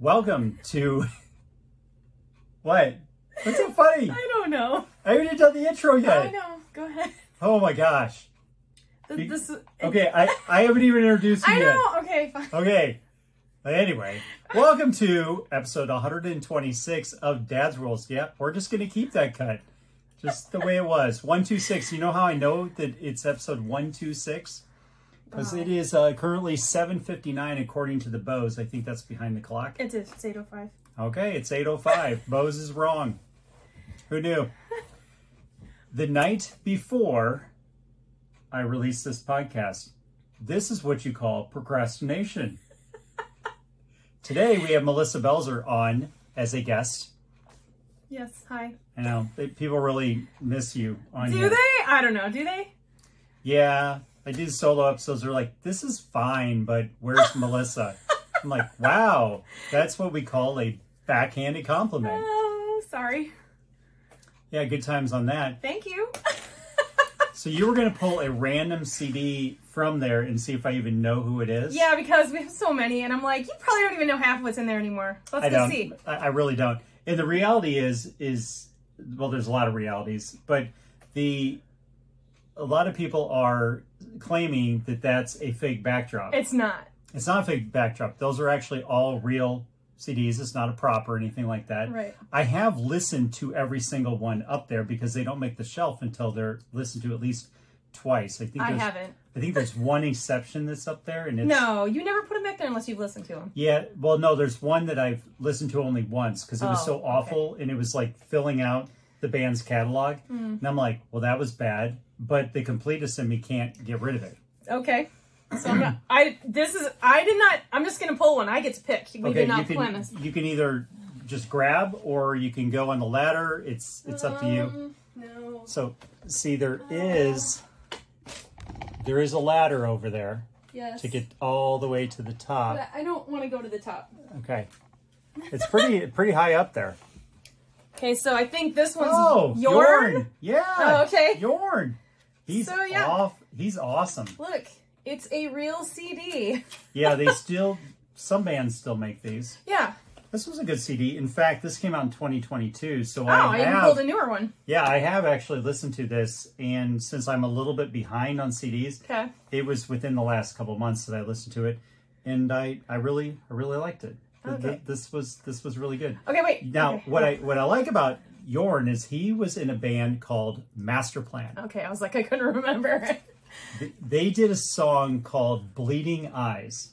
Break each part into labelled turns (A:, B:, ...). A: Welcome to. what? What's so funny?
B: I don't know.
A: I haven't even done the intro
B: I
A: yet.
B: know. Go ahead.
A: Oh my gosh.
B: Th-
A: Be-
B: This,
A: Okay, Oh. I, I haven't even introduced you
B: I
A: yet.
B: know. Okay, fine.
A: Okay. But anyway, welcome to episode 126 of Dad's Rules. Yep, we're just going to keep that cut. Just the way it was. 126. You know how I know that it's episode 126? Because
B: Wow.
A: it is uh, currently 7.59 according to the Bose. I think that's behind the clock.
B: It is. oh It's 805.
A: Okay, it's 8.05. Bose is wrong. Who knew? The night before I released this podcast, this is what you call procrastination. Today we have Melissa Belzer on as a guest.
B: Yes. Hi.
A: I know they- people really miss you on
B: Do
A: here.
B: they? I don't know. Do they?
A: Yeah, I do solo episodes. They're like, this is fine, but where's Melissa? I'm like, wow, that's what we call a backhanded compliment.
B: Oh, sorry.
A: Yeah, good times on that.
B: Thank you.
A: So you were gonna pull a random CD from there and see if I even know who it is.
B: yeah, because we have so many, and I'm like, you probably don't even know half what's in there anymore. Let's
A: I
B: go
A: don't.
B: see.
A: I, I really don't. And the reality is, is well, there's a lot of realities, but the a lot of people are claiming that that's a fake backdrop.
B: It's not
A: It's not a fake backdrop. Those are actually all real CDs. It's not a prop or anything like that.
B: right.
A: I have listened to every single one up there because they don't make the shelf until they're listened to at least twice. I think
B: I
A: there's-
B: haven't.
A: I think there's one exception that's up there, and it's
B: No, you never put them back there unless you've listened to them.
A: yeah. Well, no, there's one that I've listened to only once because it was
B: Oh,
A: so awful, and it was like filling out the band's catalog,
B: Mm.
A: and I'm like, well, that was bad, but the completist in me can't get rid of it.
B: Okay. So I'm not, I this is I did not. I'm just gonna pull one. I get to pick. We did
A: you
B: not plan
A: can
B: this.
A: you can either just grab or you can go on the ladder. It's it's up to you.
B: Um, No.
A: So see, there is there is a ladder over there
B: Yes.
A: to get all the way to the top.
B: But I don't want to go to the top.
A: Okay, it's pretty pretty high up there.
B: Okay, so I think this one's
A: Oh,
B: Yorn.
A: Yeah.
B: Oh, okay.
A: Yorn. He's
B: So, yeah.
A: off. He's awesome.
B: Look, it's a real CD.
A: Yeah, they still some bands still make these.
B: Yeah.
A: This was a good CD. In fact, this came out in 2022, so
B: Oh, I,
A: I
B: even
A: have
B: pulled a newer one.
A: yeah, I have actually listened to this, and since I'm a little bit behind on CDs,
B: Okay.
A: it was within the last couple of months that I listened to it, and I I really I really liked it. Th- th-
B: Okay.
A: this was this was really good.
B: Oh, Okay, wait.
A: Now,
B: okay.
A: what I what I like about Yorn is he was in a band called Masterplan.
B: Okay, I was like, I couldn't remember.
A: they did a song called Bleeding Eyes,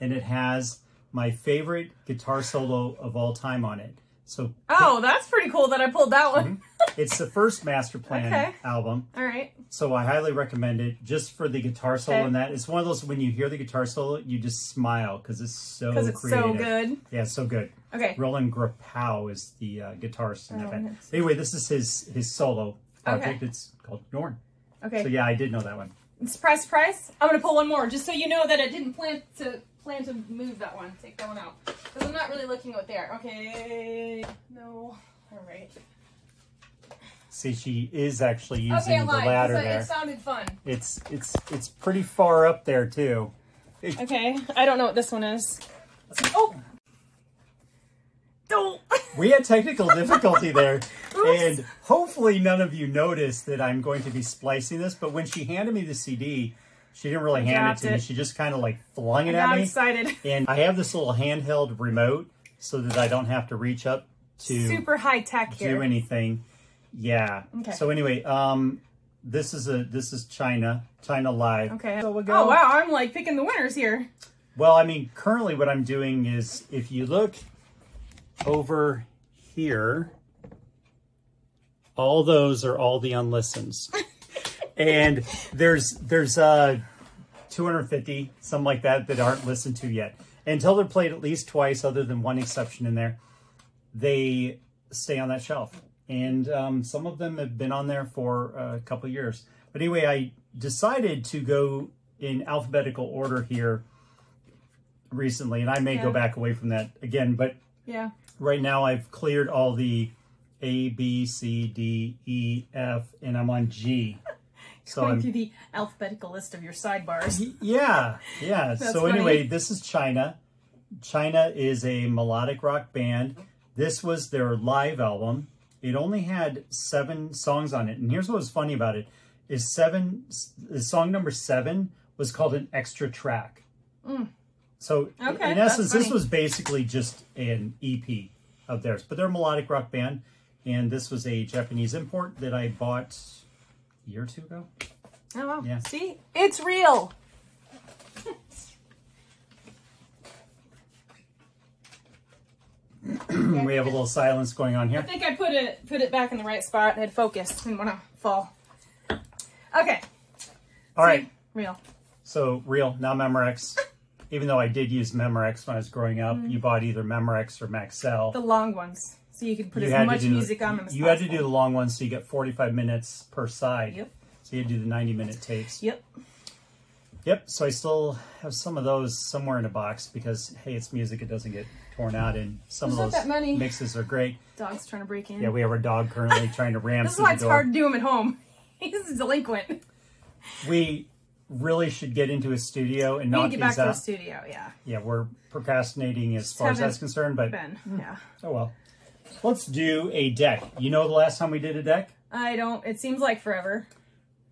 A: and it has my favorite guitar solo of all time on it. So
B: Oh, that's pretty cool that I pulled that one.
A: Mm-hmm. it's the first Master Plan
B: Okay.
A: album,
B: All right.
A: so I highly recommend it just for the guitar solo
B: Okay.
A: in that. It's one of those when you hear the guitar solo, you just smile because it's so
B: Because it's
A: creative.
B: so good.
A: Yeah, it's so good.
B: Okay.
A: Roland Grapow is the uh, guitarist in that
B: Oh,
A: band.
B: nice.
A: Anyway, this is his his solo project.
B: Okay.
A: It's called Norn.
B: Okay.
A: So yeah, I did know that one.
B: Surprise, surprise. I'm going to pull one more just so you know that I didn't plan to plan to move that one. Take that one out. Because I'm not really looking what they are. Okay. No. All right.
A: See, she is actually using
B: Okay, I
A: the
B: lied. 'cause
A: ladder
B: I-
A: there.
B: It sounded fun.
A: It's it's it's pretty far up there too.
B: Okay, I don't know what this one is. Oh, don't.
A: We had technical difficulty there, and hopefully none of you noticed that I'm going to be splicing this. But when she handed me the CD, she didn't really hand it
B: dropped
A: to me.
B: it.
A: She just kind of like flung it
B: Now
A: at
B: I'm
A: me.
B: excited.
A: And I have this little handheld remote so that I don't have to reach up to
B: Super high tech
A: do
B: here.
A: anything. Yeah.
B: Okay.
A: So anyway, um, this is a this is China China Live.
B: Okay.
A: So
B: Oh
A: we'll go.
B: wow, I'm like picking the winners here.
A: Well, I mean, currently what I'm doing is if you look over here, all those are all the unlistens. and there's there's uh 250, something like that, that aren't listened to yet. Until they're played at least twice, other than one exception in there, they stay on that shelf. And um, some of them have been on there for a couple years. But anyway, I decided to go in alphabetical order here recently, and I may go
B: Yeah.
A: back away from that again. But
B: Yeah.
A: right now, I've cleared all the A, B, C, D, E, F, and I'm on G. So
B: Going
A: I'm
B: through the alphabetical list of your sidebars.
A: yeah, yeah. so
B: funny.
A: anyway, this is China, China is a melodic rock band. This was their live album. It only had seven songs on it, and here's what was funny about it: is seven s- song number seven was called an extra track. So i-
B: Mm. Okay,
A: in
B: that's
A: essence, this
B: funny.
A: was basically just an EP of theirs, but they're a melodic rock band, and this was a Japanese import that I bought a year or two ago.
B: Oh, wow.
A: Yeah.
B: See? It's real.
A: we have a little silence going on
B: I
A: here.
B: think I put it put it back in the right spot and had focused. Didn't want to fall. Okay.
A: All right,
B: Real.
A: so real, not Memorex. Even though I did use Memorex when I was growing up, you bought either Memorex or Maxell.
B: Mm-hmm. The long ones. So you could put
A: you
B: as much music on them as
A: You had to do
B: possible.
A: the long ones, so you get 45 minutes per side.
B: Yep.
A: So you had to do the 90 minute tapes.
B: Yep.
A: Yep. So I still have some of those somewhere in a box because hey, it's music; it doesn't get torn out, and some
B: There's
A: of
B: not
A: those
B: that many.
A: mixes are great.
B: Dog's trying to break in.
A: Yeah, we have our dog currently trying to ram
B: this is
A: through
B: why
A: the
B: it's
A: door.
B: hard to do them at home. He's a delinquent.
A: We really should get into a studio and
B: We
A: knock
B: need to get back
A: these
B: to the
A: out.
B: studio, yeah.
A: yeah, we're procrastinating as far as
B: haven't
A: that's concerned, but
B: Ben, yeah.
A: oh well. Let's do a deck. You know, the last time we did a deck,
B: I don't, it seems like forever.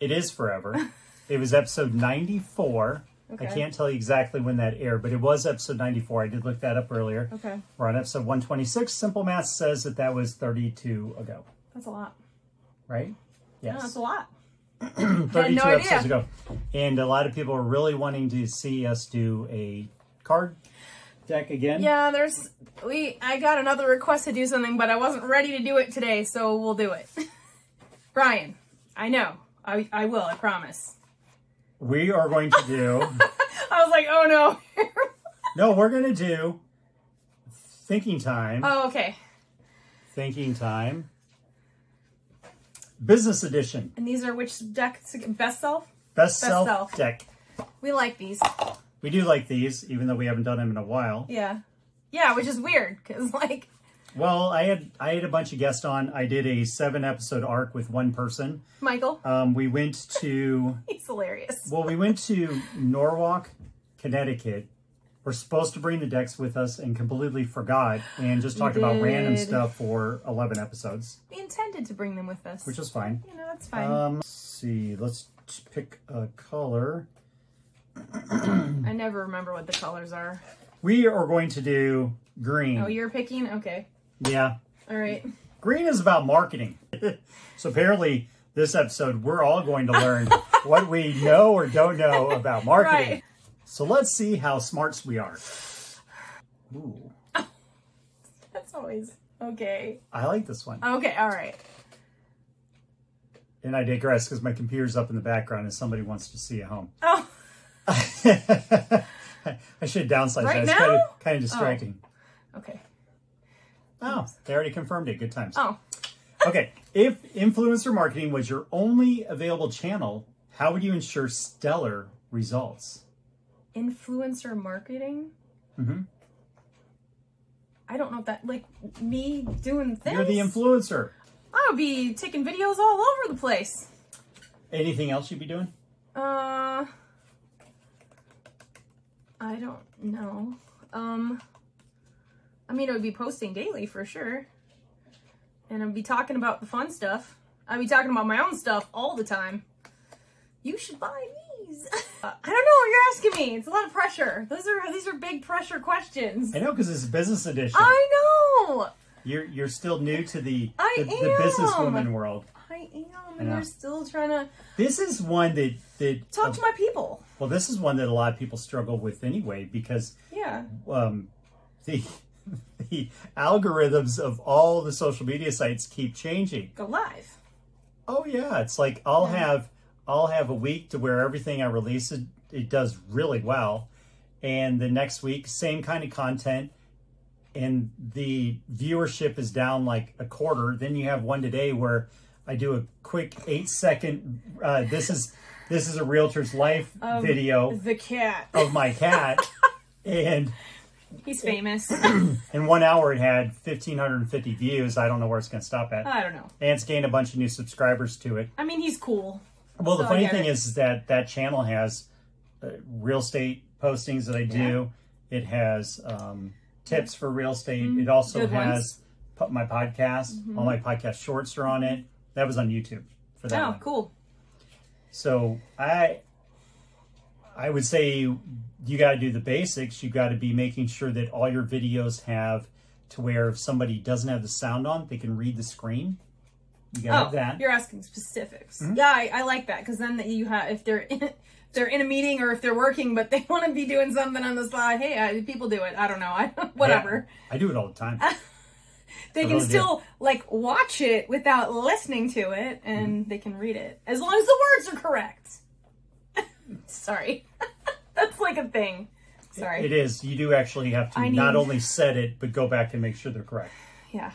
A: It is forever. it was episode 94. I
B: Okay.
A: can't tell you exactly when that aired, but it was episode 94. I did look that up earlier.
B: Okay.
A: We're on episode 126. Simple Math says that that was 32 ago,
B: That's a lot.
A: right?
B: No, that's
A: Yes.
B: a lot.
A: 32
B: no idea.
A: episodes ago. And a lot of people are really wanting to see us do a card deck again.
B: Yeah, there's, we, I got another request to do something, but I wasn't ready to do it today, so we'll do it. Brian, I know. I, I will, I promise.
A: We are going to do.
B: I was like, oh no.
A: no, we're going to do thinking time.
B: oh, okay.
A: thinking time. Business edition.
B: And these are which decks? Best self?
A: Best,
B: Best
A: self,
B: self.
A: deck.
B: We like these.
A: We do like these, even though we haven't done them in a while.
B: Yeah. Yeah, which is weird, because like,
A: Well, I had I had a bunch of guests on. I did a seven episode arc with one person.
B: Michael,
A: Um, we went to
B: he's hilarious.
A: well, we went to Norwalk, Connecticut. We're supposed to bring the decks with us, and completely forgot, and just talked about random
B: did.
A: stuff for eleven episodes,
B: We intended to bring them with us.
A: which is fine.
B: you know, that's fine.
A: Um, let's see, let's t- pick a color.
B: I never remember what the colors are.
A: Hmm. We are going to do green.
B: Oh, you're picking? Okay.
A: yeah,
B: All right.
A: Green is about marketing. so apparently, this episode, we're all going to learn what we know or don't know about marketing.
B: Right.
A: So let's see how smarts we are. Ooh,
B: That's always okay.
A: I like this one.
B: Okay, all right.
A: And I digress because my computer's up in the background and somebody wants to see at home.
B: Oh,
A: I should downsize
B: Right
A: that. It's kind
B: now?
A: of, kind of distracting.
B: okay.
A: Oh. they already confirmed it. Good times.
B: Oh,
A: Okay, if influencer marketing was your only available channel, how would you ensure stellar results?
B: influencer marketing?
A: Mhm.
B: I don't know if that, like, me doing things?
A: You're the influencer.
B: I'll be taking videos all over the place.
A: Anything else you'd be doing?
B: Uh, I don't know. Um, I mean, I would be posting daily for sure, and I'd be talking about the fun stuff. I'd be talking about my own stuff all the time. You should buy these. Uh, I don't know what you're asking me. It's a lot of pressure. Those are these are big pressure questions.
A: I know because it's business edition.
B: I know.
A: you're you're still new to the
B: I
A: the, the businesswoman
B: am.
A: world.
B: I am, and
A: Yeah.
B: you're still trying to
A: This is one that that
B: talk to my people.
A: well, this is one that a lot of people struggle with anyway because
B: Yeah.
A: um, the the algorithms of all the social media sites keep changing.
B: Go live.
A: Oh yeah, it's like I'll
B: Yeah.
A: have I'll have a week to where everything I release it, it does really well, and the next week same kind of content, and the viewership is down like a quarter. Then you have one today where I do a quick eight second. Uh, this is this is a realtor's life
B: Of
A: video
B: The cat.
A: of my cat, and
B: He's famous.
A: in one hour it had fifteen hundred and fifty views. I don't know where it's going to stop at.
B: I don't know.
A: And it's gained a bunch of new subscribers to it.
B: I mean, he's cool.
A: Well, the
B: So I
A: funny
B: get
A: thing
B: it.
A: is that that channel has uh, real estate postings that I do, It has um, tips for real estate. It also
B: Mm-hmm. Good Mm-hmm.
A: has po- my podcast. All my podcast shorts are on it. That was on YouTube for that.
B: Oh,
A: one.
B: cool.
A: So I I would say you got to do the basics. You got to be making sure that all your videos have to where if somebody doesn't have the sound on, they can read the screen. You got to
B: oh,
A: have that. Hmm?
B: you're asking specifics. Yeah, I, I like that because then that you have if they're in, if they're in a meeting or if they're working but they want to be doing something on the side. Hey, I, people do it. I don't know. I whatever.
A: Yeah, I do it all the time.
B: They
A: I
B: can
A: really do.
B: still like watch it without listening to it,
A: Hmm.
B: and they can read it as long as the words are correct. Sorry, that's like a thing. Sorry.
A: It is. You do actually have to
B: I
A: not
B: need-
A: only set it, but go back and make sure they're correct.
B: Yeah.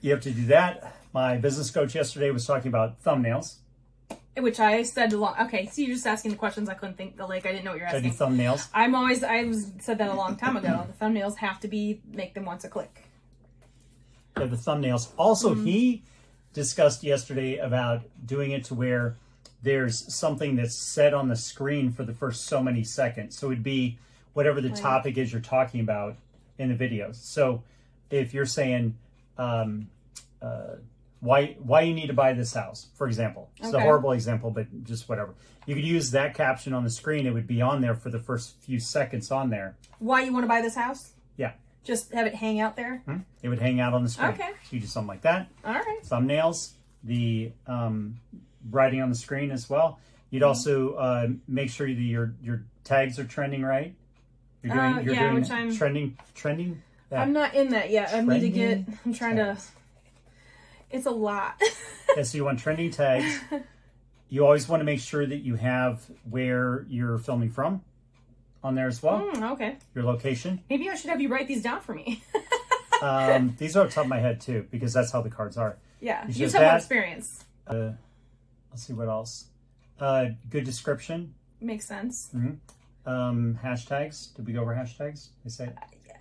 A: You have to do that. My business coach yesterday was talking about thumbnails.
B: Which I said a lot. Okay, so you're just asking the questions I couldn't think. Like I didn't know what you're
A: I do
B: asking.
A: thumbnails.
B: I'm always I was said that a long time ago. The thumbnails have to be make them once a click.
A: Yeah, the thumbnails. Also,
B: Mm-hmm.
A: he discussed yesterday about doing it to where there's something that's said on the screen for the first so many seconds. So it'd be whatever the topic is you're talking about in the videos. So if you're saying um, uh, why why you need to buy this house, for example, it's a
B: Okay.
A: horrible example, but just whatever. You could use that caption on the screen. It would be on there for the first few seconds on there.
B: Why you want to buy this house?
A: Yeah.
B: Just have it hang out there.
A: Hmm? It would hang out on the screen.
B: Okay.
A: You do something like that
B: All right.
A: thumbnails, the um, writing on the screen as well. You'd also uh, make sure that your your tags are trending right. You're doing
B: Uh,
A: you're
B: yeah,
A: doing
B: which I'm-
A: trending trending. Yeah.
B: I'm not in that yet. I need to get.
A: Trending
B: I'm trying to.
A: tags.
B: It's a lot.
A: yeah, so you want E trending tags. You always want to make sure that you have where you're filming from on there as well.
B: Hmm, okay.
A: Your location.
B: Maybe I should have you write these down for me.
A: Um, these are off the top of my head too, because that's how the cards are.
B: yeah.
A: You
B: You,
A: should
B: just
A: have
B: have more
A: that.
B: experience.
A: Uh, let's see what else. Uh, good description.
B: Makes sense.
A: Um, hashtags. Did we go over hashtags? They say.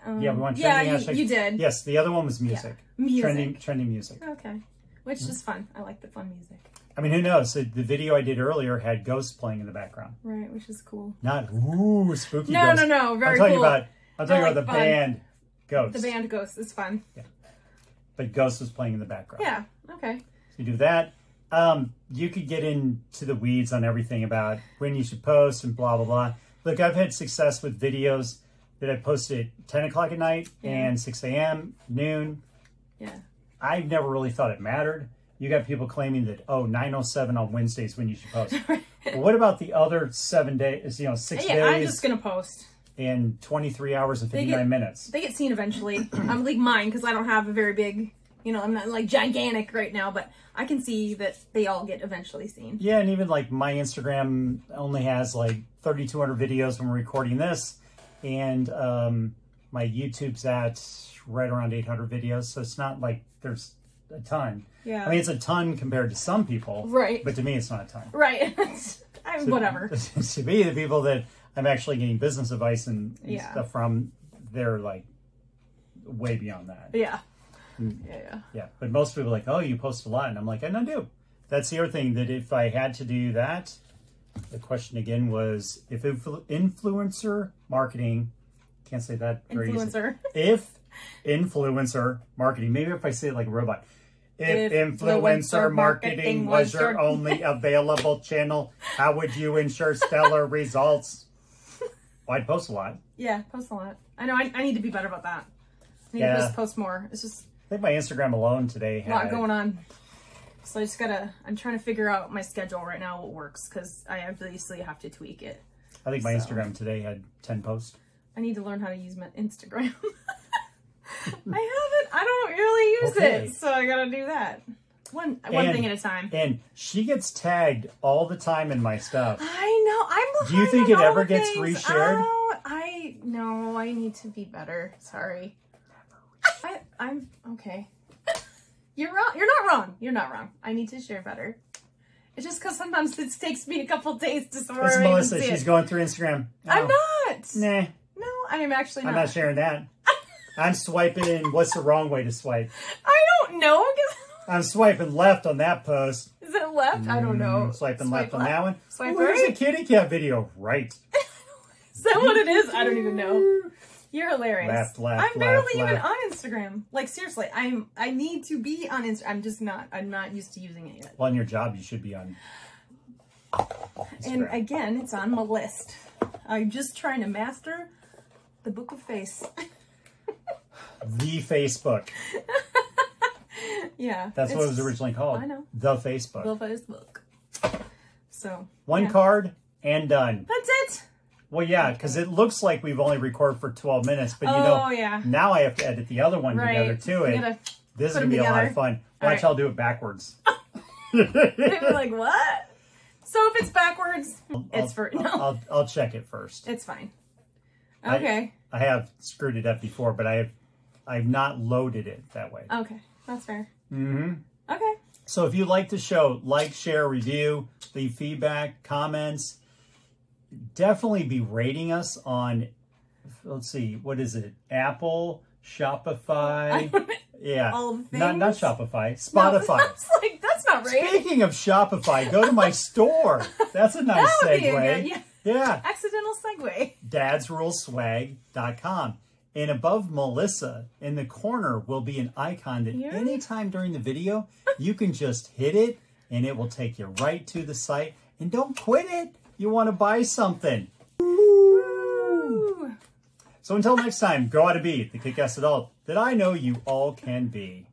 B: Um,
A: Yeah, we want
B: Yeah,
A: trending
B: you,
A: hashtags.
B: you did.
A: Yes, the other one was music.
B: Music.
A: Trending, trending music.
B: Okay. Which is fun. I like the fun music.
A: I mean, who knows? The the video I did earlier had ghosts playing in the background.
B: Right, which is cool.
A: Not ooh spooky.
B: No,
A: ghosts.
B: no, no, very
A: I'm talking
B: cool.
A: about. I'm talking
B: They're,
A: about the
B: like, fun.
A: band Ghosts.
B: The band Ghost is fun.
A: But Ghost was playing in the background.
B: Yeah. Okay.
A: So you do that. Um, you could get into the weeds on everything about when you should post and blah blah blah. Look, I've had success with videos that I posted at 10 o'clock at night and 6 a.m. noon.
B: Yeah.
A: I've never really thought it mattered. You got people claiming that oh 907 on Wednesdays when you should post. But what about the other seven days? You know, six
B: Yeah, I'm
A: days
B: just gonna post.
A: and 23 hours and 59
B: get-
A: minutes.
B: They get seen eventually. I'm like mine because I don't have a very big, you know, I'm not like gigantic right now, but I can see that they all get eventually seen.
A: Yeah, and even like my Instagram only has like 3,200 videos when we're recording this, and um, my YouTube's at right around 800 videos. So it's not like there's a ton.
B: Yeah.
A: I mean, it's a ton compared to some people,
B: Right.
A: But to me, it's not a ton.
B: right. I'm, whatever.
A: to me, the people that I'm actually getting business advice and, and
B: Yeah.
A: stuff from, they're like way beyond that.
B: Yeah.
A: Mm.
B: Yeah. Yeah.
A: Yeah. But most people are like, oh, you post a lot. And I'm like, I don't do. That's the other thing that if I had to do that, the question again was if influ- influencer marketing, can't say that very easily.
B: Influencer.
A: If influencer marketing, maybe if I say it like a robot, if,
B: If
A: influencer
B: influencer
A: marketing
B: marketing
A: was
B: was
A: your
B: your-
A: only available channel, how would you ensure stellar results? Well, I'd post a lot.
B: Yeah. Post a lot. I know. I, I need to be better about that. I need
A: Yeah.
B: to just post more. It's just
A: I think my Instagram alone today
B: a
A: had
B: lot going on. So I just gotta. I'm trying to figure out my schedule right now. What works because I obviously have to tweak it.
A: I think my
B: so.
A: Instagram today had ten posts.
B: I need to learn how to use my Instagram. I haven't. I don't really use
A: Okay.
B: it, so I gotta do that. One one
A: And-
B: thing at a time.
A: And she gets tagged all the time in my stuff.
B: I know. I'm.
A: Do you
B: behind
A: think
B: on
A: it
B: all
A: ever
B: the
A: gets
B: things.
A: reshared?
B: Oh, I no. I need to be better. Sorry. I I'm okay. You're wrong. You're not wrong. You're not wrong. I need to share better. It's just because sometimes it takes me a couple days to sort
A: It's
B: of
A: Melissa.
B: see
A: She's
B: it.
A: going through Instagram.
B: I'm
A: Oh,
B: not.
A: Nah,
B: No, I am actually
A: I'm not sharing that. I'm swiping in. What's the wrong way to swipe?
B: I don't know. 'cause-
A: I'm swiping left on that post.
B: Is it
A: Mm,
B: left? I don't know.
A: Swiping
B: Swipe
A: left on that one.
B: Swipe
A: Where's a
B: right.
A: kitty cat video? Right.
B: Is that what it is? I don't even know. You're hilarious.
A: Laugh, laugh,
B: I'm barely
A: laugh,
B: even
A: laugh.
B: on Instagram. Like seriously, I'm I need to be on Instagram. I'm just not. I'm not used to using it yet.
A: Well, on your job, you should be on.
B: And
A: Instagram.
B: again, it's on my list. I'm just trying to master the book of face.
A: the Facebook.
B: yeah.
A: That's what it
B: it's
A: was originally called.
B: I know.
A: The Facebook.
B: The Facebook. So
A: One
B: yeah.
A: card and done.
B: That's it.
A: Well, yeah, because it looks like we've only recorded for 12 minutes, but you Mm,
B: oh
A: know,
B: yeah.
A: now I have to edit the other one together
B: Right.
A: too.
B: You
A: And
B: gotta-
A: this is
B: put
A: gonna be
B: them
A: a lot of
B: together.
A: fun.
B: All
A: Watch,
B: right.
A: I'll do it backwards.
B: they were like, what? So if it's backwards, it's for no.
A: I'll, I'll check it first.
B: It's fine.
A: I-
B: Okay.
A: I have screwed it up before, but I have I've not loaded it that way.
B: okay. That's fair.
A: hmm
B: Okay.
A: So if you like the show, like, share, review, leave feedback, comments. Definitely be rating us on. Let's see, what is it? Apple, Shopify. Yeah,
B: All the
A: not not
B: things?
A: Shopify,
B: No,
A: Spotify.
B: that's like that's not right.
A: Speaking of Shopify, go to my store. That's a nice
B: That would be a
A: segue.
B: good- yeah.
A: yeah.
B: Accidental segue.
A: dadsruleswag.com. And above Melissa in the corner will be an icon that
B: Yeah.
A: anytime during the video, you can just hit it and it will take you right to the site. And don't quit it. You want to buy something.
B: Ooh.
A: So until next time, go out and be the kick ass adult that I know you all can be.